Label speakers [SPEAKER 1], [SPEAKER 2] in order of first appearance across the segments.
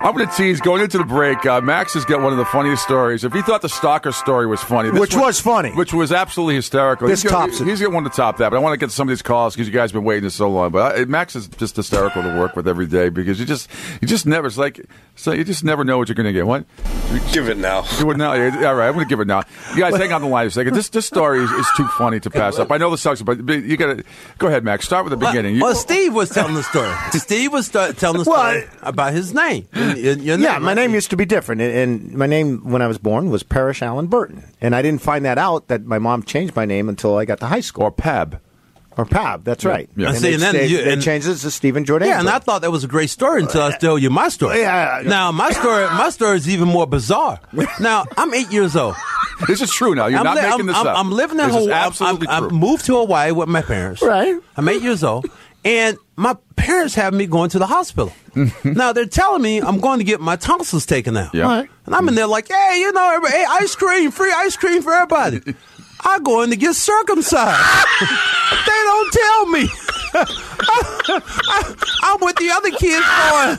[SPEAKER 1] I'm going to tease going into the break. Uh, Max has got one of the funniest stories. If he thought the stalker story was funny, this
[SPEAKER 2] Which
[SPEAKER 1] one-
[SPEAKER 2] was funny.
[SPEAKER 1] which was absolutely hysterical,
[SPEAKER 2] This
[SPEAKER 1] he's got-
[SPEAKER 2] tops it.
[SPEAKER 1] He's got one to top that, but I want to get some of these calls because you guys have been waiting so long. But I, Max is just hysterical to work with every day because you just you just never it's like so you just never know what you're going to get. What?
[SPEAKER 3] Give it now.
[SPEAKER 1] You would now. All right, I'm going to give it now. You guys, hang on the line a second. This this story is, is too funny to pass up. I know this sucks, but but you got to go ahead, Max. Start with the beginning. You-
[SPEAKER 4] Uh, Well, Steve was telling the story. Steve was sta- telling the
[SPEAKER 2] Well,
[SPEAKER 4] story about his name. Your- your name,
[SPEAKER 2] Yeah, my
[SPEAKER 4] right?
[SPEAKER 2] name used to be different, and- and my name when I was born was Parrish Allen Burton, and I didn't find that out that my mom changed my name until I got to high school
[SPEAKER 1] or Pab.
[SPEAKER 2] or Pab. That's right.
[SPEAKER 1] yeah.
[SPEAKER 2] And,
[SPEAKER 4] See,
[SPEAKER 2] they,
[SPEAKER 4] and then
[SPEAKER 2] they-
[SPEAKER 4] you-
[SPEAKER 2] they
[SPEAKER 4] and-
[SPEAKER 2] changed it to Stephen Jordan.
[SPEAKER 4] Yeah, and I thought that was a great story until I tell you my story.
[SPEAKER 2] Yeah.
[SPEAKER 4] Now my story, my story is even more bizarre. Now I'm eight years old.
[SPEAKER 1] This is true. Now you're
[SPEAKER 4] I'm
[SPEAKER 1] not
[SPEAKER 4] li-
[SPEAKER 1] making
[SPEAKER 4] I'm,
[SPEAKER 1] this
[SPEAKER 4] I'm,
[SPEAKER 1] up.
[SPEAKER 4] I'm living in
[SPEAKER 1] This is
[SPEAKER 4] Hawaii. I'm-
[SPEAKER 1] Absolutely
[SPEAKER 4] I'm,
[SPEAKER 1] true.
[SPEAKER 4] I moved to Hawaii with my parents.
[SPEAKER 2] Right.
[SPEAKER 4] I'm eight years old, and my parents have me going to the hospital. now they're telling me I'm going to get my tonsils taken out.
[SPEAKER 1] Mm-hmm. Yeah. All right.
[SPEAKER 4] And I'm in there like, hey, you know, everybody, hey, ice cream, free ice cream for everybody. I go in to get circumcised. they don't tell me. I, am with the other kids going,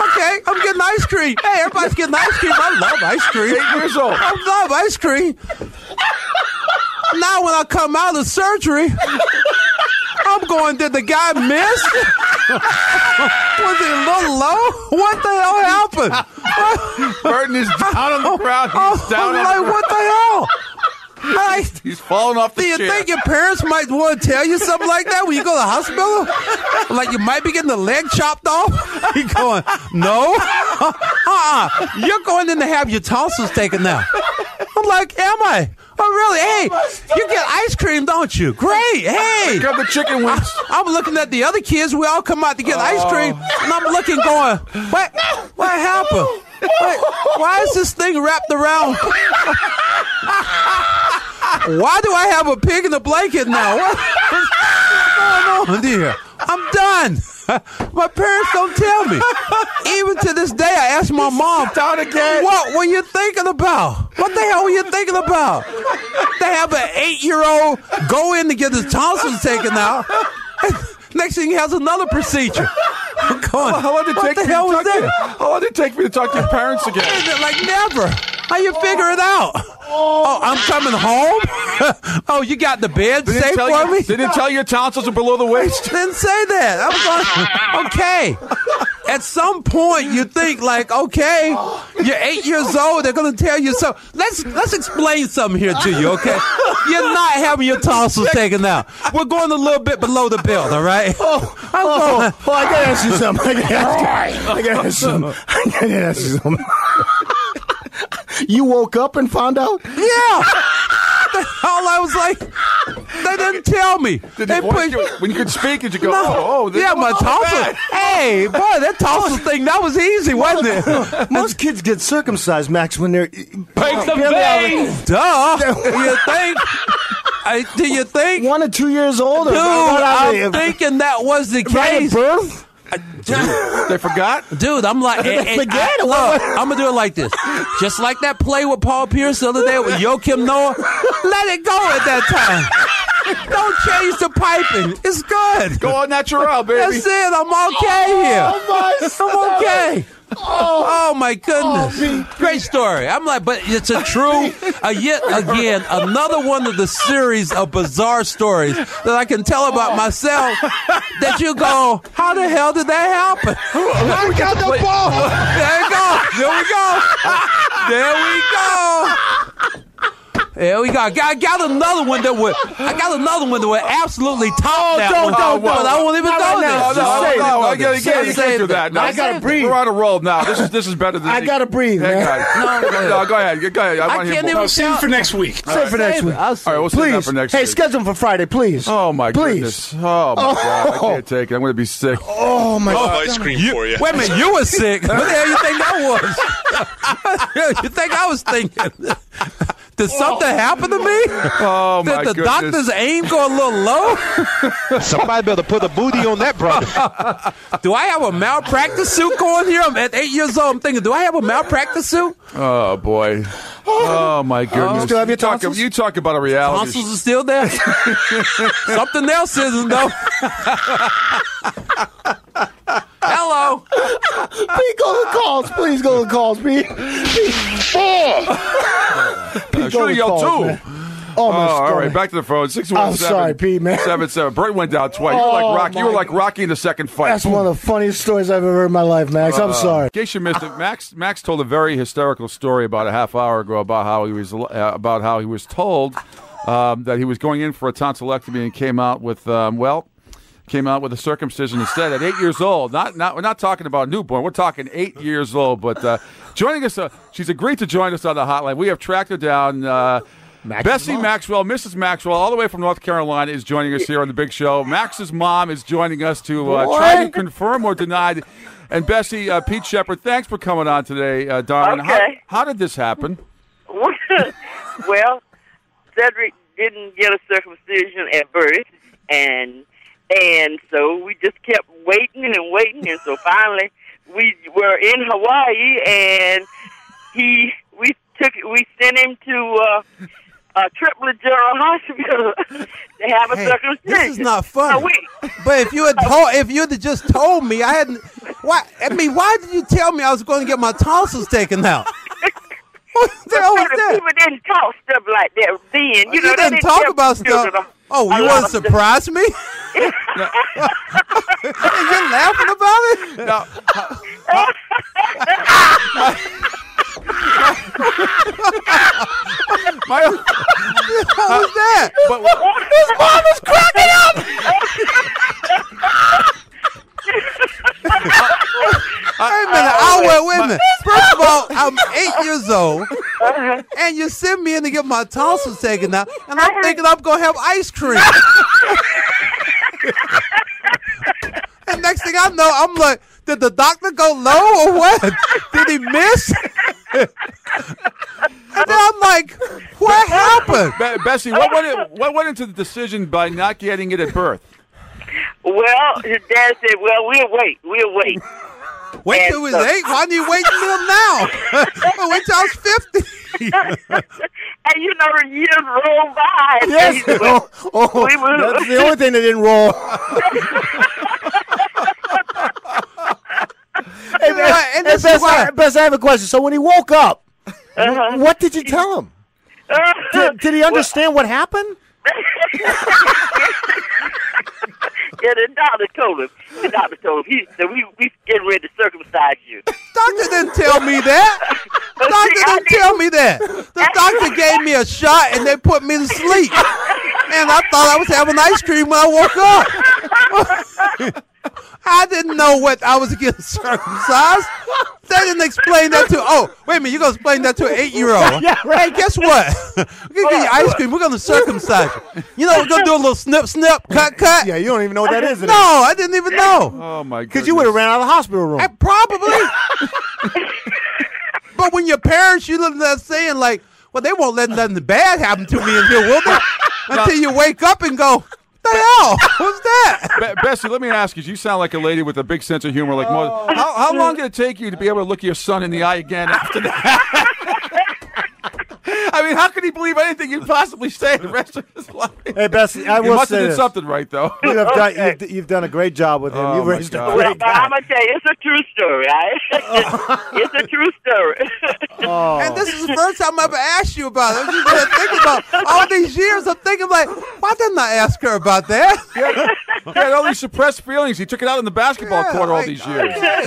[SPEAKER 4] okay, I'm getting ice cream. Hey, everybody's getting ice cream. I love ice cream.
[SPEAKER 1] Eight years old.
[SPEAKER 4] I love ice cream. Now when I come out of surgery, I'm going, did the guy miss? Was he a little low? What the hell happened?
[SPEAKER 1] Burton is down on the ground. He's
[SPEAKER 4] Oh,
[SPEAKER 1] down on the
[SPEAKER 4] I'm like,
[SPEAKER 1] ground.
[SPEAKER 4] what the hell? I,
[SPEAKER 1] He's falling off the
[SPEAKER 4] do you
[SPEAKER 1] chair.
[SPEAKER 4] think your parents might want to tell you something like that when you go to the hospital? Like you might be getting the leg chopped off? You're going, no. Uh-uh. You're going in to have your tonsils taken now. I'm like, am I? Oh, really? Hey, you get ice cream, don't you? Great. Hey.
[SPEAKER 1] Got the chicken wings.
[SPEAKER 4] I'm looking at the other kids. We all come out to get ice cream, and I'm looking, going, "What? What happened? What, why is this thing wrapped around? why do I have a pig in a blanket now? What- What's going on here? I'm done. My parents don't tell me. Even to this day, I ask my mom,
[SPEAKER 1] Down again.
[SPEAKER 4] what were you thinking about? What the hell were you thinking about? They have an eight year old go in to get his tonsils taken out. Next thing he has another procedure. I'm going,
[SPEAKER 1] How long did it
[SPEAKER 4] what
[SPEAKER 1] take
[SPEAKER 4] the
[SPEAKER 1] for you
[SPEAKER 4] hell
[SPEAKER 1] to
[SPEAKER 4] was
[SPEAKER 1] talk to-
[SPEAKER 4] that?
[SPEAKER 1] How long did it take for you to talk to your parents again?
[SPEAKER 4] Is it Like never. How you figure it out? Oh, I'm coming home. oh, you got the bed
[SPEAKER 1] They didn't
[SPEAKER 4] safe
[SPEAKER 1] tell
[SPEAKER 4] for
[SPEAKER 1] you,
[SPEAKER 4] me.
[SPEAKER 1] They didn't tell you your tonsils are below the waist.
[SPEAKER 4] didn't say that. I was like, okay. At some point, you think like, okay, you're eight years old. They're gonna tell you so. Let's let's explain something here to you, okay? You're not having your tonsils taken out. We're going a little bit below the belt, all right? Oh, I'm going,
[SPEAKER 2] well, I gotta ask you something. I gotta ask you, I gotta ask you, I gotta ask you something. you woke up and found out?
[SPEAKER 4] yeah. All I was like, they didn't tell me.
[SPEAKER 1] Did
[SPEAKER 4] they
[SPEAKER 1] you, when, you, when you could speak, did you go, oh, oh, this-
[SPEAKER 4] yeah, my
[SPEAKER 1] oh,
[SPEAKER 4] tonsils.
[SPEAKER 1] bad.
[SPEAKER 4] Hey, boy, that tonsil thing, that was easy, wasn't it?
[SPEAKER 2] Most kids get circumcised, Max, when they're
[SPEAKER 1] Break the veins.
[SPEAKER 4] Duh. Do you think? I, do you think?
[SPEAKER 2] one or two years old. Or
[SPEAKER 4] Dude,
[SPEAKER 2] right out
[SPEAKER 4] I'm
[SPEAKER 2] of-
[SPEAKER 4] thinking that was the
[SPEAKER 2] right at
[SPEAKER 4] case.
[SPEAKER 2] birth.
[SPEAKER 1] They forgot?
[SPEAKER 4] Dude, I'm like, and, and
[SPEAKER 2] Forget
[SPEAKER 4] I,
[SPEAKER 2] it.
[SPEAKER 4] look, I'm gonna do it like this. Just like that play with Paul Pierce the other day with Joakim Noah. Let it go at that time. Don't change the piping. It's good.
[SPEAKER 1] Go on natural, baby.
[SPEAKER 4] That's it. I'm okay
[SPEAKER 2] Oh,
[SPEAKER 4] here. I'm okay. Oh, my goodness! Great story. I'm like, but it's a true, uh, yet again another one of the series of bizarre stories that I can tell about myself. That you go, how the hell did that happen?
[SPEAKER 3] I got the ball.
[SPEAKER 4] There we go. There we go. There we go. Yeah, we got. I got another one that would. I got another one that would absolutely top that
[SPEAKER 2] Oh, don't,
[SPEAKER 4] one.
[SPEAKER 2] don't,
[SPEAKER 4] But
[SPEAKER 2] don't.
[SPEAKER 4] I won't even
[SPEAKER 2] Not right
[SPEAKER 4] know
[SPEAKER 2] now.
[SPEAKER 4] this.
[SPEAKER 2] Just
[SPEAKER 4] I won't
[SPEAKER 2] say it.
[SPEAKER 4] know
[SPEAKER 1] I
[SPEAKER 4] this.
[SPEAKER 1] gotta, you can't, you
[SPEAKER 4] Say
[SPEAKER 1] can't do
[SPEAKER 4] it.
[SPEAKER 1] that. No,
[SPEAKER 2] I gotta breathe.
[SPEAKER 1] We're on a roll now. This is this is better than
[SPEAKER 2] I gotta breathe,
[SPEAKER 1] Hang
[SPEAKER 2] man.
[SPEAKER 1] on.
[SPEAKER 4] No, go ahead.
[SPEAKER 1] no, go ahead. Go ahead. I,
[SPEAKER 4] I
[SPEAKER 1] want to hear
[SPEAKER 4] can't
[SPEAKER 1] more.
[SPEAKER 4] even-
[SPEAKER 3] I'll see you for next week.
[SPEAKER 2] Save it for next week.
[SPEAKER 4] I'll say
[SPEAKER 1] All right, we'll
[SPEAKER 4] it.
[SPEAKER 1] save that
[SPEAKER 2] Please.
[SPEAKER 1] for next
[SPEAKER 2] hey,
[SPEAKER 1] week.
[SPEAKER 2] schedule 'em for Friday, please.
[SPEAKER 1] Oh my
[SPEAKER 2] please.
[SPEAKER 1] goodness! Oh my god! I can't take it. I'm going to be sick.
[SPEAKER 2] Oh my
[SPEAKER 3] I'll
[SPEAKER 2] God.
[SPEAKER 3] ice cream for you.
[SPEAKER 4] Wait a minute, you were sick. What the hell you think that was? you think I was thinking? Did something happen to me?
[SPEAKER 1] Oh my
[SPEAKER 4] Did the
[SPEAKER 1] goodness!
[SPEAKER 4] doctor's aim go a little low?
[SPEAKER 5] Somebody better put a booty on that brother.
[SPEAKER 4] Do I have a malpractice suit going here? I'm at eight years old. I'm thinking, do I have a malpractice suit?
[SPEAKER 1] Oh boy! Oh my goodness!
[SPEAKER 2] still have your
[SPEAKER 1] you talk,
[SPEAKER 2] tonsils?
[SPEAKER 1] Oh, you talk about a reality.
[SPEAKER 4] Tonsils are still there. Something else isn't though. Hello.
[SPEAKER 2] Pete, go to the calls. Please go to the calls, Pete.
[SPEAKER 1] I should have yelled
[SPEAKER 2] calls,
[SPEAKER 1] Uh, too.
[SPEAKER 2] man. Oh,
[SPEAKER 1] Oh,
[SPEAKER 2] my
[SPEAKER 1] all right,
[SPEAKER 2] stomach.
[SPEAKER 1] back to the phone. Six one seven.
[SPEAKER 2] sorry, Pete, man.
[SPEAKER 1] Seven seven. Bray went down twice. you were
[SPEAKER 2] Oh,
[SPEAKER 1] like Rocky. You were
[SPEAKER 2] my-
[SPEAKER 1] like Rocky in the second fight.
[SPEAKER 2] That's one of the funniest stories I've ever heard in my life, Max.
[SPEAKER 1] Uh,
[SPEAKER 2] I'm sorry.
[SPEAKER 1] In case you missed it, Max Max told a very hysterical story about a half hour ago about how he was uh, about how he was told um, that he was going in for a tonsillectomy and came out with um, well came out with a circumcision instead at eight years old. Not not we're not talking about newborn. We're talking eight years old. But uh, joining us, uh, she's agreed to join us on the hotline. We have tracked her down. Uh, Bessie Maxwell, Mrs. Maxwell, all the way from North Carolina, is joining us here on the Big Show. Max's mom is joining us to uh, try to
[SPEAKER 2] What?
[SPEAKER 1] confirm or deny. And Bessie, uh, Pete Shepard, thanks for coming on today, uh, darling.
[SPEAKER 6] Okay.
[SPEAKER 1] How, how did this happen?
[SPEAKER 6] well, Cedric didn't get a circumcision at birth, and and so we just kept waiting and waiting, and so finally we were in Hawaii, and he we took we sent him to uh, a triplet general hospital to have a circumcision.
[SPEAKER 4] This is not fun.
[SPEAKER 6] Now, wait,
[SPEAKER 4] But if you had told, if you had just told me, I hadn't. Why? I mean, why did you tell me I was going to get my tonsils taken out? What the hell was
[SPEAKER 6] But
[SPEAKER 4] that?
[SPEAKER 6] People didn't talk stuff like that then. You,
[SPEAKER 4] You,
[SPEAKER 6] know, they
[SPEAKER 4] didn't, talk
[SPEAKER 6] tell
[SPEAKER 4] about
[SPEAKER 6] children
[SPEAKER 4] stuff.
[SPEAKER 6] a-
[SPEAKER 4] Oh,
[SPEAKER 6] a
[SPEAKER 4] you
[SPEAKER 6] lot
[SPEAKER 4] want to
[SPEAKER 6] of stuff.
[SPEAKER 4] surprise me? You're laughing about it?
[SPEAKER 1] Now, my,
[SPEAKER 4] How was that?
[SPEAKER 1] but, uh, his mom is cracking up.
[SPEAKER 4] Wait a minute. I went, wait a minute. First of all, I'm eight years old, and you send me in to get my tonsils taken out, and I'm thinking I'm going to have ice cream. and next thing I know, I'm like, did the doctor go low or what? Did he miss? and then I'm like, what happened?
[SPEAKER 1] Be- Bessie, what went, in- what went into the decision by not getting it at birth?
[SPEAKER 6] Well, his dad said, "Well, we'll wait. We'll wait."
[SPEAKER 4] Wait till he was eight? Why do you wait until now? wait till I was 50.
[SPEAKER 6] and you know, the years rolled by. and
[SPEAKER 2] Yes.
[SPEAKER 6] things went-
[SPEAKER 2] Oh, oh,
[SPEAKER 6] we will-
[SPEAKER 2] that's the only thing that didn't roll. hey,
[SPEAKER 4] know what? And
[SPEAKER 2] hey,
[SPEAKER 4] this is
[SPEAKER 2] Bess,
[SPEAKER 4] why-
[SPEAKER 2] I, Bess, I have a question. So when he woke up,
[SPEAKER 1] Uh-huh.
[SPEAKER 2] what did you tell him?
[SPEAKER 6] "Uh,
[SPEAKER 2] Did, did he understand what happened?
[SPEAKER 6] yeah, the doctor told him. The doctor told him he said, "We we getting ready to circumcise you."
[SPEAKER 4] Doctor didn't tell me that.
[SPEAKER 6] But
[SPEAKER 4] Doctor
[SPEAKER 6] see, I
[SPEAKER 4] didn't tell me that. The doctor gave me a shot and they put me to sleep. Man, I thought I was having ice cream when I woke up. I didn't know what I was getting circumcised. They didn't explain that to. Oh, wait a minute! You gonna explain that to an eight-year-old?
[SPEAKER 2] Yeah,
[SPEAKER 4] Hey,
[SPEAKER 2] right. Oh,
[SPEAKER 4] guess what? We're gonna get you ice cream. We're gonna circumcise you. You know, we're gonna do a little snip, snip, cut, cut.
[SPEAKER 2] Yeah, you don't even know what that is.
[SPEAKER 4] no, I didn't even know.
[SPEAKER 1] Oh my god!
[SPEAKER 2] Because you would have ran out of the hospital room.
[SPEAKER 4] I probably. but when your parents, you look at saying like, "Well, they won't let nothing bad happen to me in here, will they?" Until you wake up and go, "The hell? What's that?"
[SPEAKER 1] Be- Bessie, let me ask you. You sound like a lady with a big sense of humor. Like, most, how, how long did it take you to be able to look your son in the eye again after that? I mean, how could he believe anything you possibly say the rest of his life?
[SPEAKER 2] hey, Bessie, I
[SPEAKER 1] you
[SPEAKER 2] will
[SPEAKER 1] must have
[SPEAKER 2] say
[SPEAKER 1] did
[SPEAKER 2] this.
[SPEAKER 1] something right, though.
[SPEAKER 2] You have done, you've, you've done a great job with him.
[SPEAKER 1] Oh,
[SPEAKER 2] you
[SPEAKER 1] my
[SPEAKER 2] raised a
[SPEAKER 1] God. Oh.
[SPEAKER 6] Well,
[SPEAKER 2] great
[SPEAKER 6] but I'm gonna tell you, it's a true story. Right? it's a true story.
[SPEAKER 4] And this is the first time I ever asked you about it. I'm just gonna think about all these years. I'm thinking like, why didn't I ask her about that?
[SPEAKER 1] he had all these suppressed feelings. He took it out in the basketball
[SPEAKER 4] Yeah,
[SPEAKER 1] court all
[SPEAKER 4] like-
[SPEAKER 1] these years.
[SPEAKER 6] yeah,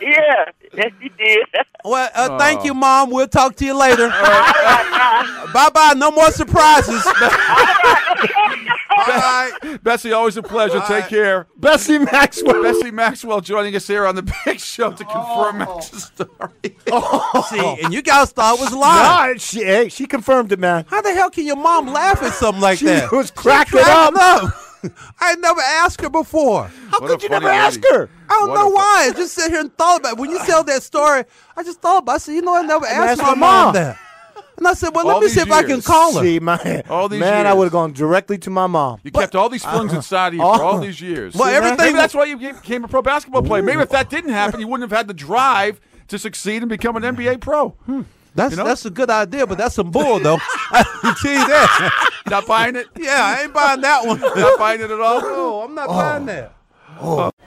[SPEAKER 6] yeah, yes, he did.
[SPEAKER 4] Well, uh, thank you, mom. We'll talk to you later.
[SPEAKER 6] Oh. All right,
[SPEAKER 4] Bye bye. No more surprises.
[SPEAKER 1] Bessie, always a pleasure. Take care.
[SPEAKER 2] Bessie Maxwell.
[SPEAKER 1] Bessie Maxwell joining us here on the Big Show to confirm Max's story.
[SPEAKER 6] Oh.
[SPEAKER 4] See, and you guys thought it was lying.
[SPEAKER 2] Ah, she, hey, she confirmed it, man.
[SPEAKER 4] How the hell can your mom laugh at something like
[SPEAKER 2] She
[SPEAKER 4] that?
[SPEAKER 2] was cracking up.
[SPEAKER 4] cracking I had never asked her before.
[SPEAKER 2] How
[SPEAKER 1] What a
[SPEAKER 2] could you
[SPEAKER 1] funny
[SPEAKER 2] never
[SPEAKER 1] lady.
[SPEAKER 2] ask her?
[SPEAKER 4] I don't
[SPEAKER 1] What
[SPEAKER 4] know
[SPEAKER 1] a fu-
[SPEAKER 4] why. I just sat here and thought about it. When you tell that story, I just thought about it. I said, you know, I never asked
[SPEAKER 2] asked
[SPEAKER 4] my
[SPEAKER 2] my
[SPEAKER 4] mom
[SPEAKER 2] mom.
[SPEAKER 4] that. And I said, well,
[SPEAKER 1] All
[SPEAKER 4] let me
[SPEAKER 1] these
[SPEAKER 4] see if I can
[SPEAKER 1] years.
[SPEAKER 4] call her.
[SPEAKER 2] See, man,
[SPEAKER 1] All these
[SPEAKER 2] man, I
[SPEAKER 1] years.
[SPEAKER 2] would have gone directly to my mom.
[SPEAKER 1] You kept all these flings inside of you for all these years.
[SPEAKER 4] Oh. Well,
[SPEAKER 1] See,
[SPEAKER 4] everything-
[SPEAKER 1] Maybe that's why you became a pro basketball player. Maybe if that didn't happen, you wouldn't have had the drive to succeed and become an NBA pro.
[SPEAKER 4] Hmm. That's
[SPEAKER 1] You know?
[SPEAKER 4] that's a good idea, but that's some bull, though. I can tell you that.
[SPEAKER 1] Not buying it?
[SPEAKER 4] Yeah, I ain't buying that one.
[SPEAKER 1] Not buying it at all?
[SPEAKER 4] No, I'm not buying that.